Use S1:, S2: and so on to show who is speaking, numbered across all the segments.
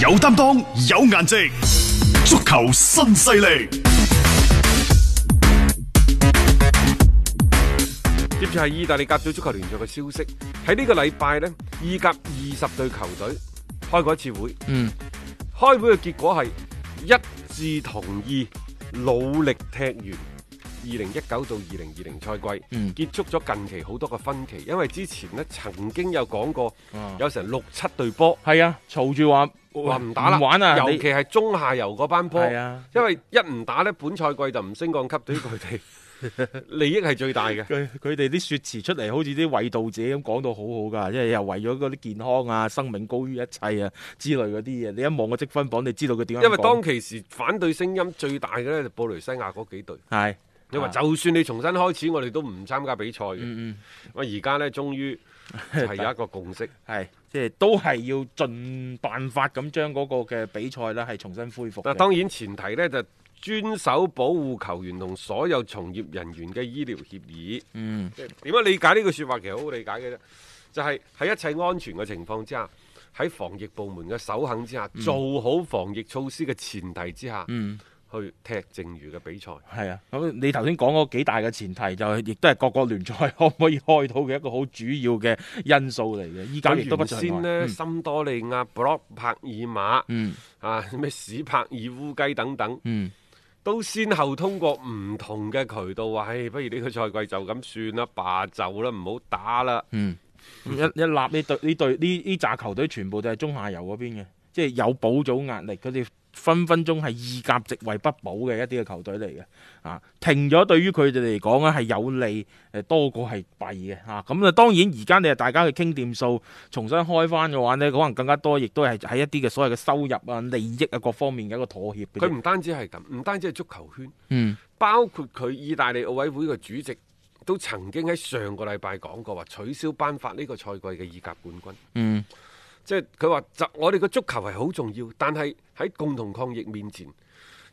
S1: 有擔當，有顏值，足球新勢力。
S2: 接住係意大利甲組足球聯賽嘅消息，喺呢個禮拜呢，意甲二十隊球隊開過一次會，
S3: 嗯，
S2: 開會嘅結果係一致同意努力踢完二零一九到二零二零賽季，
S3: 嗯
S2: 結束咗近期好多嘅分歧，因為之前呢曾經有講過，有成六七隊波
S3: 係啊，嘈住話
S2: 話唔打啦，
S3: 玩啊，
S2: 尤
S3: 你
S2: 其係中下游嗰班波，
S3: 係啊
S2: 因為一唔打呢，本賽季就唔升降級，對於佢 哋利益係最大嘅。
S3: 佢佢哋啲説辭出嚟，好似啲衛道者咁講到好好㗎，即係又為咗嗰啲健康啊、生命高於一切啊之類嗰啲嘢。你一望個積分榜，你知道佢點樣講。
S2: 因為當其時反對聲音最大嘅咧，就布雷西亞嗰幾隊。
S3: 係
S2: 因為
S3: 啊
S2: 就算你重新開始，我哋都唔參加比賽嘅。
S3: 嗯
S2: 喂，而家呢，終於係有一個共 識，
S3: 嗯係，即係都係要盡辦法咁將嗰個嘅比賽呢係重新恢復嘅。
S2: 但當然前提呢，就遵守保護球員同所有從業人員嘅醫療協議。
S3: 嗯
S2: 即係點樣理解呢句説話？其實好好理解嘅啫，就係、喺一切安全嘅情況之下，喺防疫部門嘅首肯之下，做好防疫措施嘅前提之下，
S3: 嗯。
S2: 去踢剩餘嘅比賽。
S3: 係啊，咁你頭先講嗰幾大嘅前提就係亦都係各個聯賽可唔可以開到嘅一個好主要嘅因素嚟嘅，依家亦都不
S2: 原
S3: 除
S2: 先
S3: 外
S2: 呢，
S3: 嗯
S2: 森多利亞、布洛克帕爾馬、
S3: 嗯
S2: 啊咩史柏爾烏雞等等，
S3: 嗯
S2: 都先後通過唔同嘅渠道話：，唉，不如呢個賽季就咁算啦，罷就啦，唔好打啦。
S3: 嗯，一一立呢隊呢隊呢呢扎球隊全部都係中下游嗰邊嘅，即係有保組壓力，佢哋分分鐘係意甲席位不保嘅一啲嘅球隊嚟嘅，啊停咗對於佢哋嚟講咧啊係有利誒多過係弊嘅嚇，咁啊當然而家你係大家去傾掂數，重新開翻嘅話呢，可能更加多，亦都係喺一啲嘅所謂嘅收入啊、利益啊各方面嘅一個妥協嘅啫。
S2: 佢唔單止係咁，唔單止係足球圈，
S3: 嗯
S2: 包括佢意大利奧委會嘅主席都曾經喺上個禮拜講過話，取消頒發呢個賽季嘅意甲冠軍。
S3: 嗯
S2: 即係佢話就我哋嘅足球係好重要，但係喺共同抗疫面前，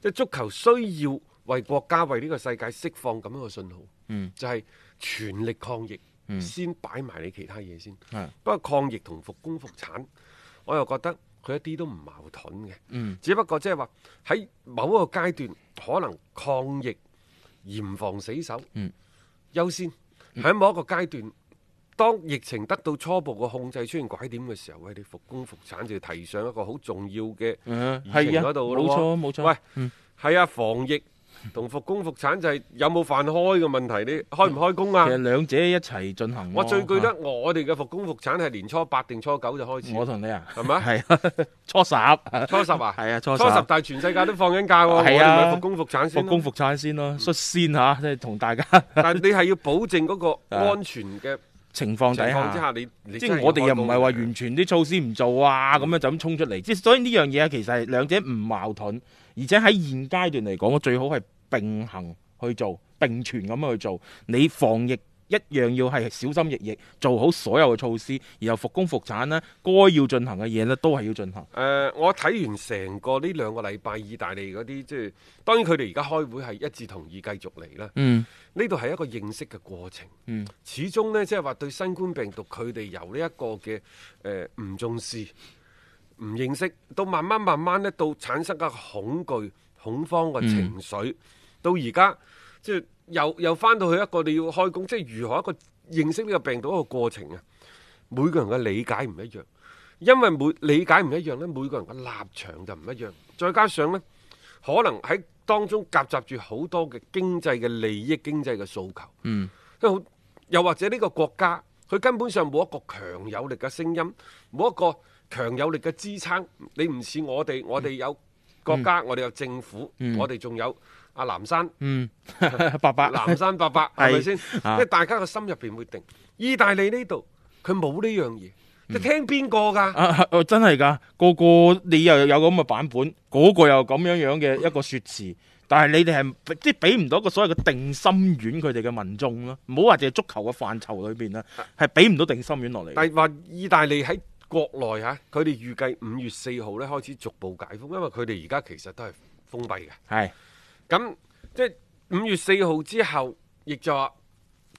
S2: 即係足球需要為國家為呢個世界釋放咁樣嘅信號，
S3: 嗯
S2: 就係全力抗疫，
S3: 嗯
S2: 先擺埋你其他嘢先。
S3: 係
S2: 不過抗疫同復工復產，我又覺得佢一啲都唔矛盾嘅，
S3: 嗯
S2: 只不過即係話喺某一個階段可能抗疫嚴防死守，
S3: 嗯
S2: 優先喺某一個階段。當疫情得到初步嘅控制出現拐點嘅時候，喂，你復工復產就要提上一個好重要嘅
S3: 嗯
S2: 議
S3: 係
S2: 程
S3: 啊，
S2: 嗰度
S3: 冇錯冇錯。
S2: 喂，係啊，防疫同復工復產就係有冇飯開嘅問題，你開唔開工啊
S3: 其？實兩者一齊進行咯。
S2: 我最記
S3: 啊
S2: 得我哋嘅復工復產係年初八定初九就開始，
S3: 我同你啊，
S2: 係咪
S3: 係啊，初十，
S2: 初十啊，
S3: 係啊，初
S2: 初
S3: 十，
S2: 十，但係全世界都放緊假喎，我哋
S3: 係啊
S2: 咪復工復產先嗯
S3: 復
S2: 咯。
S3: 工復產先咯，率先吓，即係同大家
S2: 但係你係要保證嗰個安全嘅
S3: 情況
S2: 情
S3: 底
S2: 況之
S3: 下。
S2: 下，你你
S3: 即
S2: 真
S3: 係
S2: 係
S3: 我哋又
S2: 要開
S3: 唔
S2: 工
S3: 係話完全啲措施唔做啊，咁樣就咁衝出嚟。即係所以呢樣嘢其實係兩者唔矛盾，而且喺現階段嚟講，我最好係並行去做，並存咁樣去做。你防疫一樣要係小心翼翼，做好所有嘅措施，然後復工復產呢，該要進行嘅嘢呢都係要進行。
S2: 誒、我睇完成個呢兩個禮拜意大利嗰啲，即係當然佢哋而家開會係一致同意繼續嚟啦。
S3: 嗯
S2: 呢度係一個認識嘅過程。
S3: 嗯
S2: 始終呢，即係話對新冠病毒佢哋由呢一個嘅誒唔重視、唔認識，到慢慢慢慢呢，到產生嘅恐懼、恐慌嘅情緒，到而家即係又又翻到去一個你要開工，即係如何一個認識呢個病毒一個過程啊！每個人嘅理解唔一樣，因為每理解唔一樣呢，每個人嘅立場就唔一樣，再加上呢，可能喺當中夾雜住好多嘅經濟嘅利益、經濟嘅訴求。
S3: 嗯
S2: 即係好又或者呢個國家佢根本上冇一個強有力嘅聲音，冇一個強有力嘅支撐。你唔似我哋，我哋有國家，我哋有政府，
S3: 嗯
S2: 我哋仲有阿南山，
S3: 嗯， 伯伯，
S2: 南山 伯伯係咪先？即
S3: 啊
S2: 係大家嘅心入邊會定。意大利呢度佢冇呢樣嘢，
S3: 嗯
S2: 你聽邊個㗎？
S3: 啊啊啊真係㗎，個個你又有咁嘅版本，嗰、個又咁樣樣嘅一個説詞，但係你哋係即係俾唔到一個所謂嘅定心丸佢哋嘅民眾咯，唔好話淨係足球嘅範疇裏邊啦，係俾唔到定心丸落嚟嘅。
S2: 但係話意大利喺國內嚇，佢哋預計五月四號咧開始逐步解封，因為佢哋而家其實都係封閉嘅。
S3: 係
S2: 咁即係五月四號之後，亦就話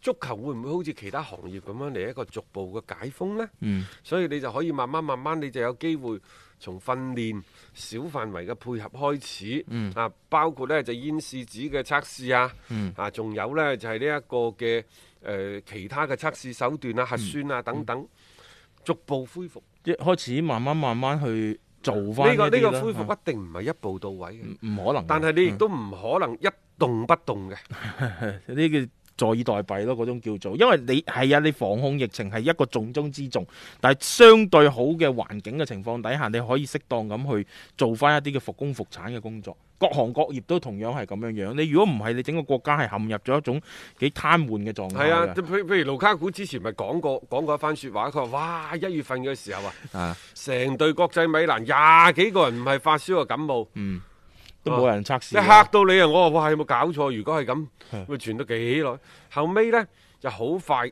S2: 足球會唔會好似其他行業咁樣嚟一個逐步嘅解封呢？
S3: 嗯
S2: 所以你就可以慢慢慢慢，你就有機會從訓練小範圍嘅配合開始，
S3: 嗯
S2: 啊，包括呢就煙試紙嘅測試啊，
S3: 嗯
S2: 啊，仲有呢就係呢一個嘅誒、呃其他嘅測試手段啊、核酸
S3: 嗯
S2: 啊等等，逐步恢復。
S3: 一開始慢慢慢慢去做翻
S2: 呢、個呢、
S3: 个
S2: 個恢復一定唔係一步到位嘅，
S3: 嗯唔唔可能嘅，
S2: 但係你亦都唔可能一動不動嘅。
S3: 呢叫坐以待斃咯，嗰種叫做，因為你係啊，你防控疫情係一個重中之重，但係相對好嘅環境嘅情況底下，你可以適當咁去做翻一啲嘅復工復產嘅工作。各行各業都同樣係咁樣樣。你如果唔係，你整個國家係陷入咗一種幾癱瘓嘅狀態
S2: 係啊，
S3: 㗎。
S2: 譬如譬如盧卡古之前咪講過講過一番説話，佢話：哇，一月份嘅時候啊，
S3: 啊，
S2: 成隊國際米蘭廿幾個人唔係發燒啊感冒，
S3: 嗯，都冇人測
S2: 一
S3: 試
S2: 嚇
S3: 啊。
S2: 到你啊！我話：哇，有冇搞錯？如果係咁
S3: 係，
S2: 會傳到幾耐？後尾呢，就好快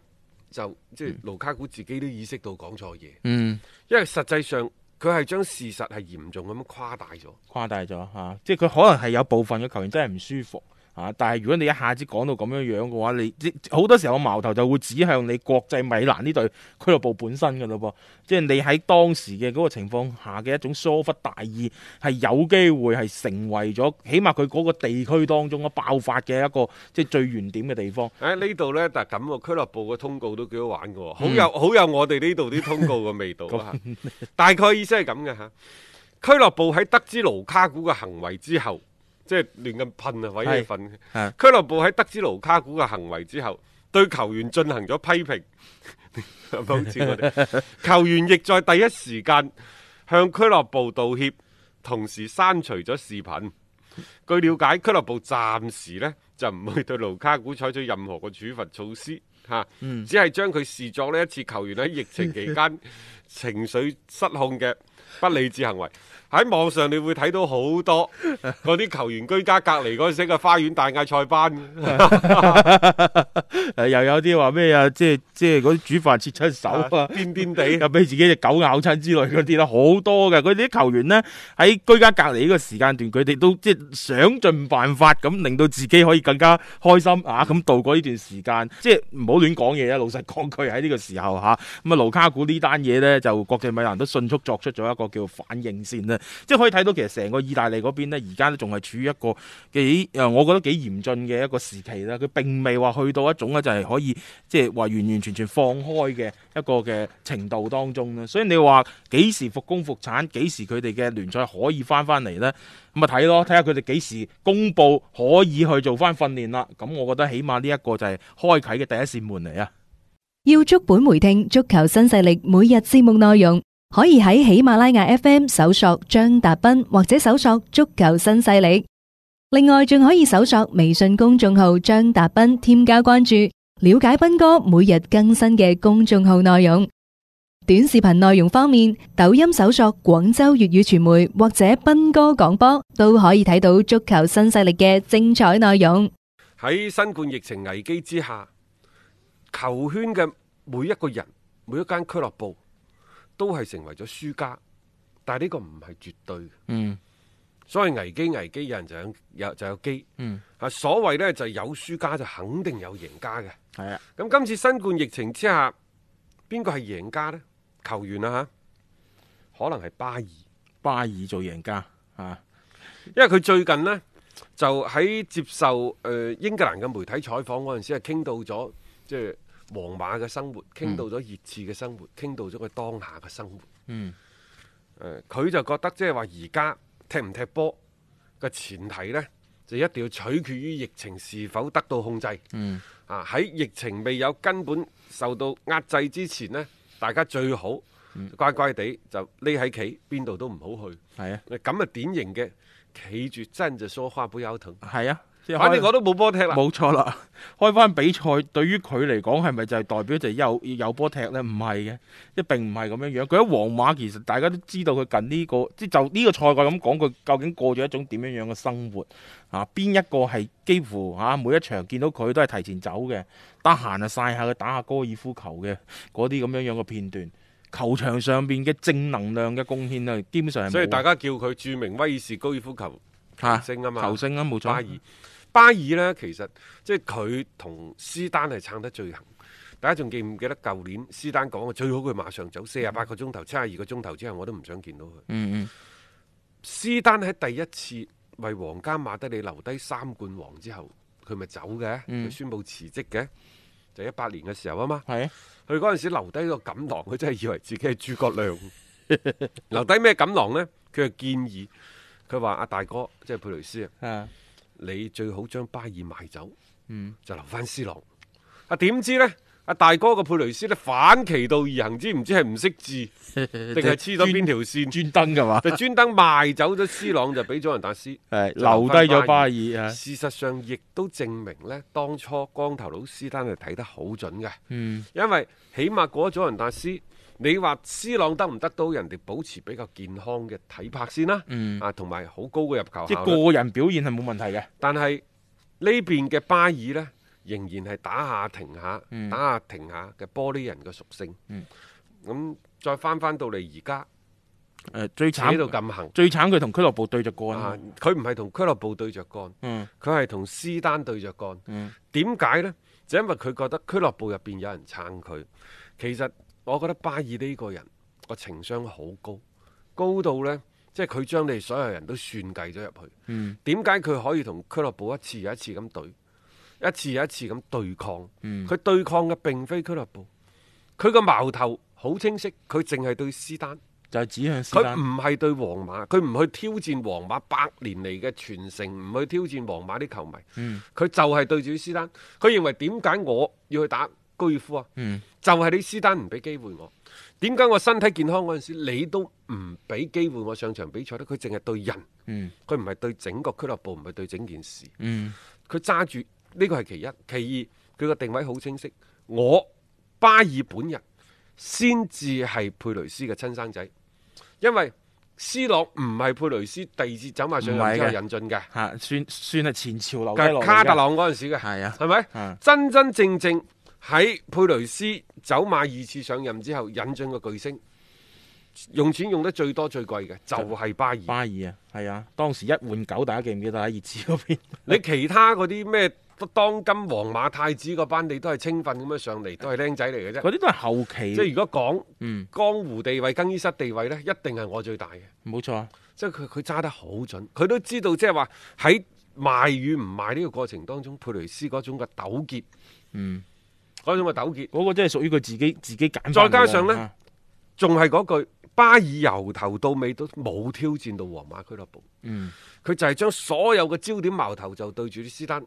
S2: 就即係盧卡古自己都意識到講錯嘢，
S3: 嗯。
S2: 因為實際上佢係將事實係嚴重咁樣誇大咗。
S3: 誇大咗嚇、啊即係佢可能係有部分嘅球員真係唔舒服嚇、啊但係如果你一下子講到咁樣樣嘅話，你即好多時候矛頭就會指向你國際米蘭呢隊俱樂部本身嘅咯噃，即係你喺當時嘅嗰個情況下嘅一種疏忽大意，係有機會係成為咗起碼佢嗰個地區當中嘅啊爆發嘅一個即係最原點嘅地方。
S2: 喺呢度呢，但係咁喎，俱樂部嘅通告都幾好玩嘅喎，好
S3: 嗯
S2: 有好有我哋呢度啲通告嘅味道啊！大概意思係咁嘅嚇，俱樂部喺得知盧卡古嘅行為之後，即係亂咁噴啊，或者
S3: 係
S2: 瞓。
S3: 係
S2: 俱樂部喺得知盧卡古嘅行為之後，對球員進行咗批評， 係咪好似我哋球員亦在第一時間向俱樂部道歉，同時刪除咗視頻。據了解，俱樂部暫時呢就唔會對盧卡古採取任何嘅處罰措施，嚇、只係將佢視作呢一次球員喺疫情期間情緒失控嘅不理智行為。喺網上你會睇到好多嗰啲球員居家隔離嗰陣時嘅花園大嗌塞班，
S3: 誒、呃又有啲話咩啊，即係即係嗰啲煮飯切出手啊。
S2: 癲癲地。
S3: 又俾自己只狗咬親之類嗰啲啦，好多嘅。佢哋啲球員呢，喺居家隔離呢個時間段，佢哋都即係想盡辦法咁令到自己可以更加開心啊，咁度過呢段時間。即係唔好亂講嘢啊！老實講句喺呢個時候嚇，咁啊盧卡古呢單嘢呢，就國際米蘭都迅速作出咗一個叫反應先啦。即係可以睇到其實成個意大利嗰邊呢，而家都仲係處於一個幾誒，呃我覺得幾嚴峻嘅一個時期啦。佢並未話去到一種咧就係可以即係話完完全全放開嘅一個嘅程度當中啦。所以你話幾時復工復產，幾時佢哋嘅聯賽可以翻翻嚟呢？咁啊睇咯，睇下佢哋幾時公佈可以去做翻訓練啦。咁我覺得起碼呢一個就係開啓嘅第一扇門嚟啊！
S4: 要足本回聽足球新勢力每日節目內容，可以喺喜馬拉雅 FM 搜索張達斌或者搜索足球新勢力。另外，仲可以搜索微信公眾號張達斌，添加關注，了解斌哥每日更新嘅公眾號內容。短視頻內容方面，抖音搜索廣州粵語傳媒或者斌哥廣播，都可以睇到足球新勢力嘅精彩內容。
S2: 喺新冠疫情危機之下，球圈嘅每一個人、每一間俱樂部都係成為咗輸家，但係呢個唔係絕對嘅。
S3: 嗯
S2: 所謂危機危機，有人就有有就有機。
S3: 嗯，
S2: 啊，所謂呢，就有輸家就肯定有贏家嘅。
S3: 係啊，
S2: 咁今次新冠疫情之下，邊個係贏家呢？球員啊嚇，可能係巴爾，因
S3: 巴爾做贏家啊！
S2: 為佢最近呢，就喺接受誒、呃英格蘭嘅媒體採訪嗰陣時，係傾到咗即係皇馬嘅生活，傾到咗熱刺嘅生活，傾到咗佢當下嘅生活。
S3: 嗯。
S2: 誒佢就覺得即係話而家踢唔踢波嘅前提呢，就一定要取決於疫情是否得到控制。
S3: 嗯。
S2: 啊，喺疫情未有根本受到壓制之前呢，大家最好
S3: 嗯
S2: 乖乖地就匿喺企，邊度都唔好去。
S3: 係啊，
S2: 咁啊，典型嘅企住真就梳花不腰疼。
S3: 係啊，即係
S2: 反
S3: 可
S2: 正
S3: 能
S2: 我都冇波踢啦。
S3: 冇錯啦， 開翻比賽對於佢嚟講係咪就係代表就有有波踢呢？唔係嘅，即係並唔係咁樣樣。佢喺皇馬其實大家都知道佢近呢、個，即係就呢個賽季咁講，佢究竟過咗一種點樣樣嘅生活啊？邊一個係幾乎啊每一場見到佢都係提前走嘅，得閒啊晒下佢打下高爾夫球嘅嗰啲咁樣樣嘅片段。球場上邊嘅正能量嘅貢獻啊，基本上係冇
S2: 所以大家叫佢著名威爾士高爾夫球
S3: 嚇
S2: 星啊嘛
S3: 球星啊，冇錯
S2: 巴爾，巴爾呢，其實即係佢同斯丹係撐得最行，大家仲記唔記得舊年斯丹講嘅最好佢馬上走四十八個鐘頭，七十二個鐘頭之後我都唔想見到佢。
S3: 嗯
S2: 斯丹喺第一次為皇家馬德里留低三冠王之後，佢咪走嘅，佢、
S3: 嗯
S2: 宣布辭職嘅，就一八年嘅時候啊嘛。
S3: 嗯，系啊，
S2: 佢嗰陣時留低個錦囊，佢真係以為自己係諸葛亮。 留低咩錦囊呢？佢就建議佢話：阿大哥，即係佩雷斯啊，
S3: 啊，
S2: 你最好將巴爾賣走，
S3: 嗯，
S2: 就留翻斯朗。啊點知呢？阿大哥個佩雷斯呢，反其道而行之，唔知係唔識字， 定係黐咗邊條線？
S3: 專登噶嘛，
S2: 就專登賣走咗斯朗，就俾咗人達斯。
S3: 係
S2: 就
S3: 留低咗巴爾啊，
S2: 事實上，亦都證明呢，當初光頭佬斯丹係睇得好準嘅，
S3: 嗯
S2: 因為起碼過咗人達斯，你話斯朗得唔得到人哋保持比較健康嘅體魄先啦、
S3: 嗯，
S2: 啊，同埋好高嘅入球
S3: 即
S2: 效
S3: 係
S2: 率
S3: 個人表現係冇問題嘅，
S2: 但係呢邊嘅巴爾呢，仍然係打下停下，
S3: 嗯
S2: 打下停下嘅玻璃人嘅屬性。咁、
S3: 嗯
S2: 再翻翻到嚟而家，
S3: 誒最
S2: 扯到
S3: 慘
S2: 咁行
S3: 最慘佢同俱樂部對着幹
S2: 啊
S3: 啊，！
S2: 佢唔係同俱樂部對着幹，
S3: 嗯
S2: 佢係同斯丹對着幹。
S3: 嗯
S2: 點解呢？就因為佢覺得俱樂部入邊有人撐佢。其實我覺得巴爾呢個人個情商好高，高到呢，即係佢將你哋所有人都算計咗入去。
S3: 嗯
S2: 點解佢可以同俱樂部一次又一次咁對，一次又一次咁對抗？
S3: 嗯
S2: 佢對抗嘅並非俱樂部，佢個矛頭好清晰，佢淨係對斯丹，
S3: 就係指向斯
S2: 佢
S3: 丹，
S2: 唔係對皇馬，佢唔去挑戰皇馬百年嚟嘅傳承，唔去挑戰皇馬啲球迷，
S3: 嗯
S2: 佢就係對住斯丹。佢認為點解我要去打高爾夫啊？
S3: 嗯
S2: 就係你斯丹唔俾機會我，點解我身體健康嗰陣時你都唔俾機會我上場比賽呢？佢淨係對人，
S3: 嗯
S2: 佢唔係對整個俱樂部，唔係對整件事。
S3: 嗯
S2: 佢揸住呢個係其一，其二佢個定位好清晰。我巴爾本人先至係佩雷斯嘅親生仔，因為斯朗唔係佩雷斯第二次走馬上任之
S3: 唔係
S2: 後
S3: 嘅
S2: 引進嘅，
S3: 嚇，算算係前朝留低落嚟
S2: 係
S3: 嘅
S2: 卡特朗嗰陣時嘅，
S3: 係啊
S2: 係咪？
S3: 啊
S2: 真真正正喺佩雷斯走馬二次上任之後引進嘅巨星，用錢用得最多最貴嘅就係巴爾。
S3: 巴爾啊，係啊，當時一換九，大家記唔記得喺熱刺嗰 邊？
S2: 你其他嗰啲咩當今皇馬太子嗰班，你都係青訓咁樣上嚟，都係僆仔嚟嘅啫。
S3: 嗰啲都係後期，
S2: 即係如果
S3: 嗯，
S2: 講江湖地位、更衣室地位呢，一定係我最大嘅。
S3: 冇錯啊，
S2: 即係佢佢揸得好準，佢都知道即係話喺賣與唔賣呢個過程當中，佩雷斯嗰種嘅糾結，
S3: 嗯，
S2: 嗰種嘅糾結，
S3: 嗰、個真係屬於佢自己自己揀返
S2: 再加上
S3: 嚟嘅
S2: 呢
S3: 啊
S2: 仲係嗰句巴爾由頭到尾都冇挑戰到皇馬俱樂部。
S3: 嗯
S2: 佢就係將所有嘅焦點矛頭就對住啲斯丹，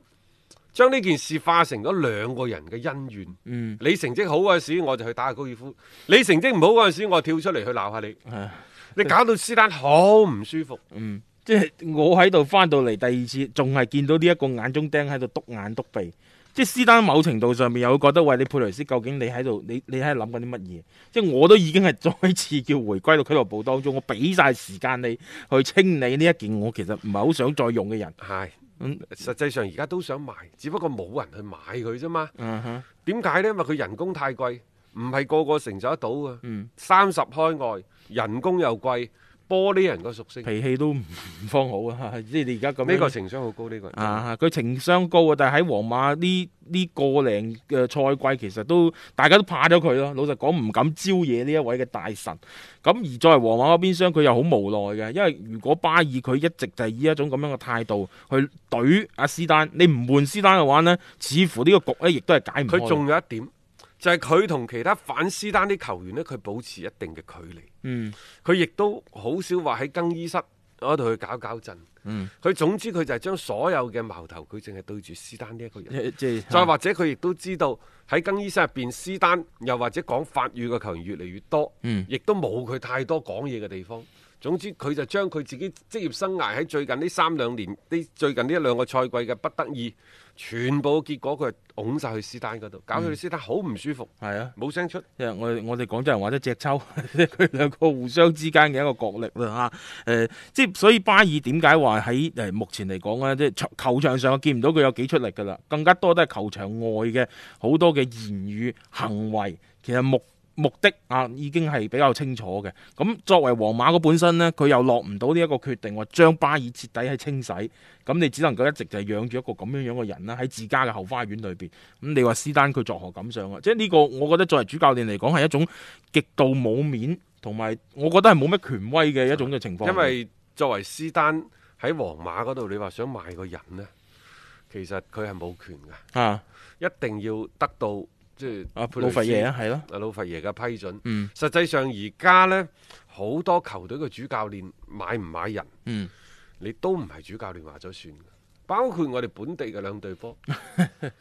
S2: 將呢件事化成咗兩個人嘅恩怨。
S3: 嗯，
S2: 你成績好嗰陣時，我就去打下高爾夫；你成績唔好嗰陣時，我跳出嚟去鬧下你。
S3: 係啊
S2: 你搞到斯丹好唔舒服。
S3: 嗯，即係我喺度翻到嚟第二次，仲係見到呢一個眼中釘喺度篤眼篤鼻。即係斯丹某程度上面又會覺得喂，你佩雷斯究竟你喺度你你喺度諗緊啲乜嘢？即係我都已經係再次叫回歸到俱樂部當中，我俾晒時間你去清理呢一件我其實唔係好想再用嘅人。
S2: 係，
S3: 嗯
S2: 實際上而家都想賣，只不過冇人去買佢啫嘛。
S3: 嗯哼，
S2: 點解呢？因為佢人工太貴，唔係個個承受得到啊。
S3: 嗯
S2: 三十開外，人工又貴，玻璃人個屬性，
S3: 脾氣都唔方好啊！ 即係你而家咁樣
S2: 呢個情商好高呢個人。
S3: 啊，佢情商高啊，但係喺皇馬呢呢個零嘅賽季，其實都大家都怕咗佢咯。老實講，唔敢招惹呢一位嘅大神。咁而作為皇馬嗰邊商，佢又好無奈嘅，因為如果巴爾佢一直就係以一種咁樣嘅態度去懟阿斯丹，你唔換斯丹嘅話呢，似乎呢個局呢亦都係解唔開嘅。
S2: 佢仲有一點，就係佢同其他反斯丹啲球員呢，佢保持一定嘅距離。
S3: 嗯
S2: 佢亦都好少話喺更衣室嗰度去搞搞震。
S3: 嗯，
S2: 佢總之佢就係將所有嘅矛頭，佢淨係對住斯丹呢一個人。
S3: 嗯即即係
S2: 再或者佢亦都知道喺更衣室入邊，斯丹又或者講法語嘅球員越嚟越多，
S3: 嗯
S2: 亦都冇佢太多講嘢嘅地方。總之佢就將佢自己職業生涯喺最近呢三兩年、呢最近呢一兩個賽季嘅不得意，全部嘅結果佢係拱晒去斯丹嗰度，搞到斯丹好唔舒服，
S3: 係啊。
S2: 冇聲出。
S3: 即係我我哋廣州人話咗隻抽， 佢兩個互相之間嘅一個角力啦啊嚇。誒、即係所以巴爾點解話喺誒目前嚟講咧，即係場球場上我見唔到佢有幾出力㗎啦，更加多都係球場外嘅好多嘅言語行為，其實目目的啊，已經係比較清楚嘅。咁作為皇馬嗰本身呢，佢又落唔到呢一個決定，話將巴爾徹底係清洗。咁你只能夠一直就係養住一個咁樣樣嘅人啦，喺自家嘅後花園裏邊。咁你話斯丹佢作何感想啊？即係呢個，我覺得作為主教練嚟講係一種極度冇面，同埋我覺得係冇咩權威嘅一種嘅情況。
S2: 因為作為斯丹喺皇馬嗰度，你話想賣個人呢，其實佢係冇權嘅，
S3: 啊
S2: 一定要得到即係
S3: 啊，
S2: 佩
S3: 老
S2: 雷斯
S3: 佛爺啊，係咯，
S2: 阿老佛爺嘅批准。
S3: 嗯
S2: 實際上而家呢，好多球隊嘅主教練買唔買人，
S3: 嗯，
S2: 你都唔係主教練話咗算嘅。包括我哋本地嘅兩隊波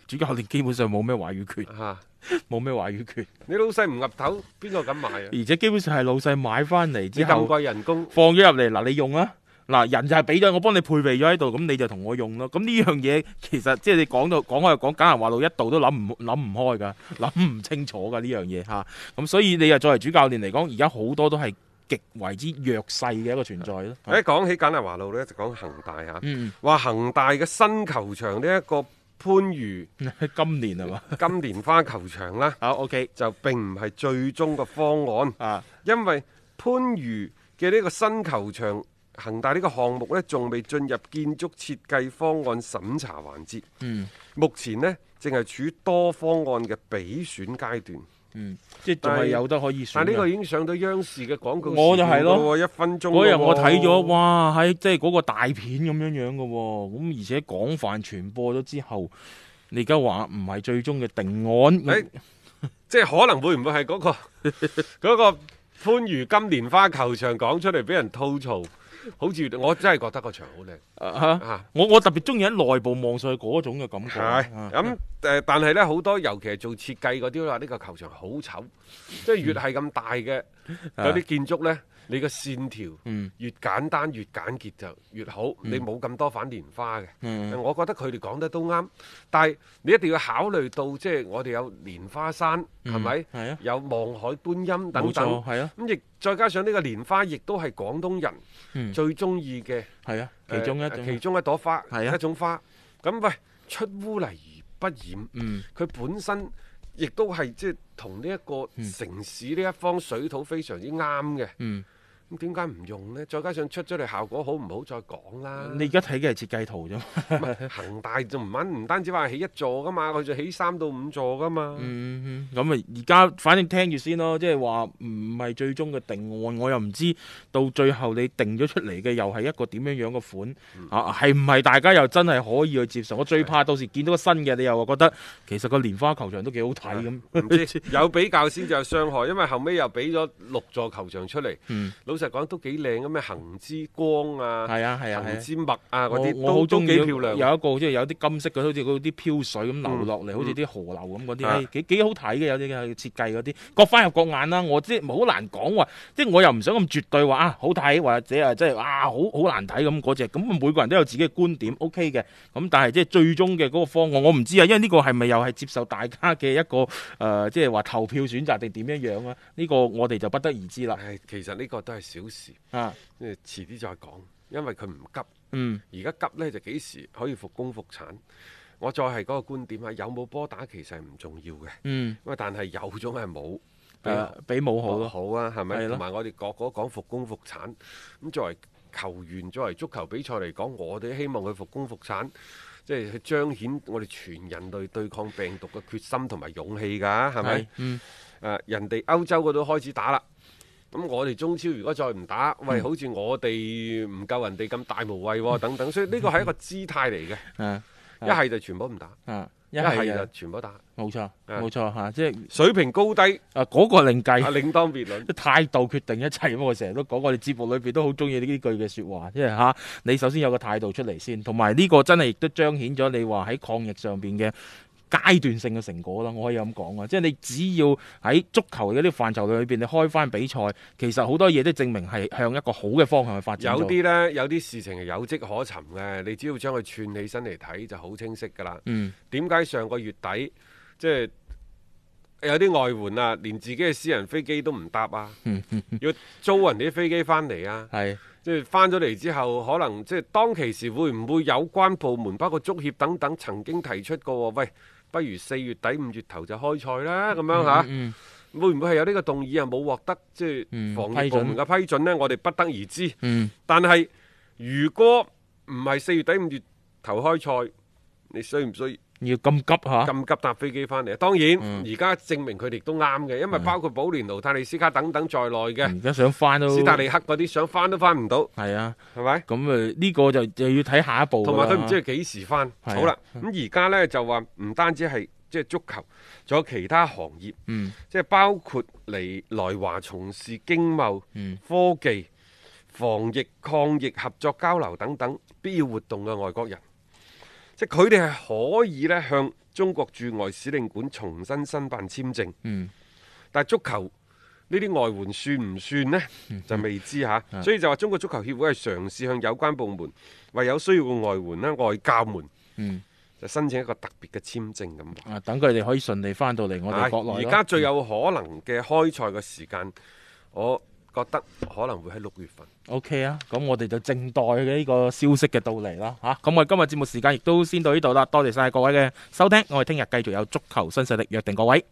S3: 主教練基本上冇咩話語權，
S2: 嚇、啊
S3: 冇咩話語權，
S2: 你老細唔岌頭，邊個敢買啊？
S3: 而且基本上係老細買翻嚟
S2: 你
S3: 之
S2: 咁
S3: 後。
S2: 貴人工，
S3: 放咗入嚟，嗱你用啦，嗱人就係俾咗我幫你配備咗喺度，咁你就同我用咯。咁呢樣嘢其實即係你講到講開又講，簡南華路一度都諗唔諗唔開㗎， 諗唔清楚㗎呢樣嘢吓。咁、所以你又作為主教練嚟講，而家好多都係極為之弱勢嘅一個存在咯。
S2: 誒講起簡立華路呢，就講恒大嚇，
S3: 嗯，
S2: 話恒大嘅新球場呢一個番禺
S3: 嗯 今年係嘛？
S2: 金蓮花球場啦，
S3: 啊，OK
S2: 就並唔係最終嘅方案，
S3: 啊，
S2: 因為番禺嘅呢個新球場。恒大呢個項目呢，仲未進入建築設計方案審查環節，
S3: 嗯
S2: 目前呢，正係處於多方案嘅比選階段。
S3: 嗯，即係仲係有得可以選
S2: 但呢個
S3: 㗎。
S2: 已經上到央視嘅廣告時段
S3: 我就係咯
S2: 咯喎，一分鐘
S3: 嗰日
S2: 咯喎
S3: 我睇咗，哇！喺即係嗰個大片咁樣樣嘅喎，咁而且廣泛傳播咗之後，你而家話唔係最終嘅定案，
S2: 誒即係可能會唔會係嗰、個 嗰個番禺金蓮花球場講出嚟俾人吐槽，好似我真係覺得個場好靚
S3: 啊
S2: 啊！
S3: 我我特別中意喺內部望上去嗰種嘅感覺。
S2: 係
S3: 啊
S2: 咁誒，但係呢，好多，尤其係做設計嗰啲都話呢個球場好醜，即係越係咁大嘅嗰啲建築呢，你個線條
S3: 啊嗯
S2: 越簡單越簡潔就越好，你冇咁多反蓮花嘅。
S3: 嗯
S2: 我覺得佢哋講得都啱，但係你一定要考慮到，即係我哋有蓮花山係咪？
S3: 係啊
S2: 有望海觀音等等
S3: 冇錯，。係啊，
S2: 咁亦再加上呢個蓮花，亦都係廣東人、
S3: 嗯
S2: 最中意嘅
S3: 係啊，
S2: 呃
S3: 其中一
S2: 其
S3: 種，
S2: 中一朵花，
S3: 係啊
S2: 一種花。咁喂，出污泥而不染，
S3: 嗯
S2: 佢本身亦都係即係同呢一個城市呢一方水土非常之啱嘅。
S3: 嗯，
S2: 咁點解唔用呢？再加上出咗嚟效果好唔好，再講啦。
S3: 你而家睇嘅係設計圖啫嘛，
S2: 恒大就唔單唔單止話起一座噶嘛，佢就起三到五座噶嘛。
S3: 嗯，嗯咁啊而家反正聽住先咯，即係話唔係最終嘅定案，我又唔知到最後你定咗出嚟嘅又係一個點樣樣嘅款啊，係唔係大家又真係可以去接受？我最怕到時見到個新嘅，你又話覺得其實個蓮花球場都幾好睇咁。
S2: 唔知有比較先至有傷害，因為後尾又俾咗六座球場出嚟。
S3: 嗯
S2: 老實講都幾靚嘅咩恒之光啊、
S3: 係啊係啊係啊
S2: 恒。之墨啊嗰
S3: 我
S2: 啲
S3: 我好
S2: 都都
S3: 中意
S2: 幾漂亮。
S3: 有一個即係有啲金色嘅，好似嗰啲飄水咁流落嚟，好似啲河流咁嗰啲，哎
S2: 啊
S3: 係幾幾好睇嘅。有啲嘅設計嗰啲，各花入各眼啦。我即係好難講話，即係我又唔想咁絕對話啊好睇，或者啊即係啊好好難睇咁嗰只。咁每個人都有自己嘅觀點，OK 嘅。咁但係即係最終嘅嗰個方案，我唔知啊，因為呢個係咪又係接受大家嘅一個誒、呃即係話投票選擇定點樣樣啊？呢、個我哋就不得而知啦。
S2: 唉，其實呢個都係小事，
S3: 啊，
S2: 誒遲啲再講，因為佢唔急。
S3: 嗯
S2: 而家急呢，就幾時可以復工復產？我再係嗰個觀點啊，有冇波打其實係唔重要嘅，
S3: 嗯，
S2: 咁啊但係有咗係冇。
S3: 誒比武好咯，
S2: 好啊，係咪？
S3: 係咯
S2: 同埋我哋個個講復工復產，咁作為球員、作為足球比賽嚟講，我哋希望佢復工復產，即係去彰顯我哋全人類對抗病毒嘅決心同埋勇氣㗎，係咪
S3: 係？
S2: 誒
S3: 嗯
S2: 呃人哋歐洲嗰度開始打啦。咁我哋中超如果再唔打，喂，好似我哋唔夠人哋咁大無畏喎，等等，所以呢個係一個姿態嚟嘅，
S3: 啊
S2: 一係就全部唔打，
S3: 啊，一
S2: 嗯一
S3: 係
S2: 係就
S3: 啊
S2: 全部打，
S3: 冇錯，
S2: 啊
S3: 冇錯嚇，即係
S2: 水平高低
S3: 啊嗰個另
S2: 啊，
S3: 計，
S2: 另當別 論。
S3: 即態度決定一切。我成日都講，我哋節目裏邊都好中意呢句嘅説話，即係嚇你首先有個態度出嚟先，同埋呢個真係亦都彰顯咗你話喺抗疫上邊嘅。階段性嘅成果啦，我可以咁講啊，即係你只要喺足球嘅呢個範疇裏邊，你開翻比賽，其實好多嘢都證明係向一個好嘅方向去發展咗。
S2: 有啲呢，有啲事情係有跡可尋嘅，你只要將佢串起身嚟睇就好清晰㗎啦。
S3: 嗯
S2: 點解上個月底即係有啲外援啊，連自己嘅私人飛機都唔搭啊，
S3: 嗯嗯
S2: 要租人哋啲飛機翻嚟啊？
S3: 係
S2: 即係翻咗嚟之後，可能即係當其時會唔會有關部門，包括足協等等，曾經提出過喎，喂，不如四月底五月頭就開賽啦，咁樣嚇。
S3: 嗯
S2: 咁會唔會係有呢個動議啊？冇獲得即係
S3: 嗯
S2: 防
S3: 批
S2: 疫部
S3: 准
S2: 門嘅批准呢？我哋不得而知。
S3: 嗯
S2: 但係如果唔係四月底五月頭開賽，你需唔需
S3: 要咁急吓，
S2: 咁急搭飛機翻嚟啊？當然，
S3: 啊嗯
S2: 而家證明佢哋都啱嘅，因為包括保連奴、泰利斯卡等等在內嘅
S3: 而家想翻嗯都
S2: 斯達利克嗰啲想翻都翻唔到，
S3: 係啊，
S2: 係咪？
S3: 咁誒呢個就就要睇下一步啦
S2: 同埋佢唔知佢幾時翻。
S3: 係啊
S2: 好啦，咁而家呢就話唔單止係即係足球，仲有其他行業，
S3: 嗯
S2: 即係包括嚟來華從事經貿、
S3: 嗯
S2: 科技、防疫、抗疫合作交流等等必要活動嘅外國人，即係佢哋係可以呢向中國駐外使領館重新申辦簽證，
S3: 嗯
S2: 但係足球。呢啲外援算唔算呢？就未知吓，
S3: 嗯
S2: 所以就話中國足球協會係嘗試向有關部門為有需要嘅外援啦、外教們
S3: 嗯
S2: 就申請一個特別嘅簽證咁。啊
S3: 啊，等佢哋可以順利翻到嚟我哋國內
S2: 而
S3: 咯
S2: 家最有可能嘅開賽嘅時間，我覺得可能會喺六月份。
S3: OK 啊，咁我哋就靜待嘅呢個消息嘅到嚟啦吓。咁、我哋今日節目時間亦都先到呢度啦，多謝晒各位嘅收聽，我哋聽日繼續有足球新勢力約定各位。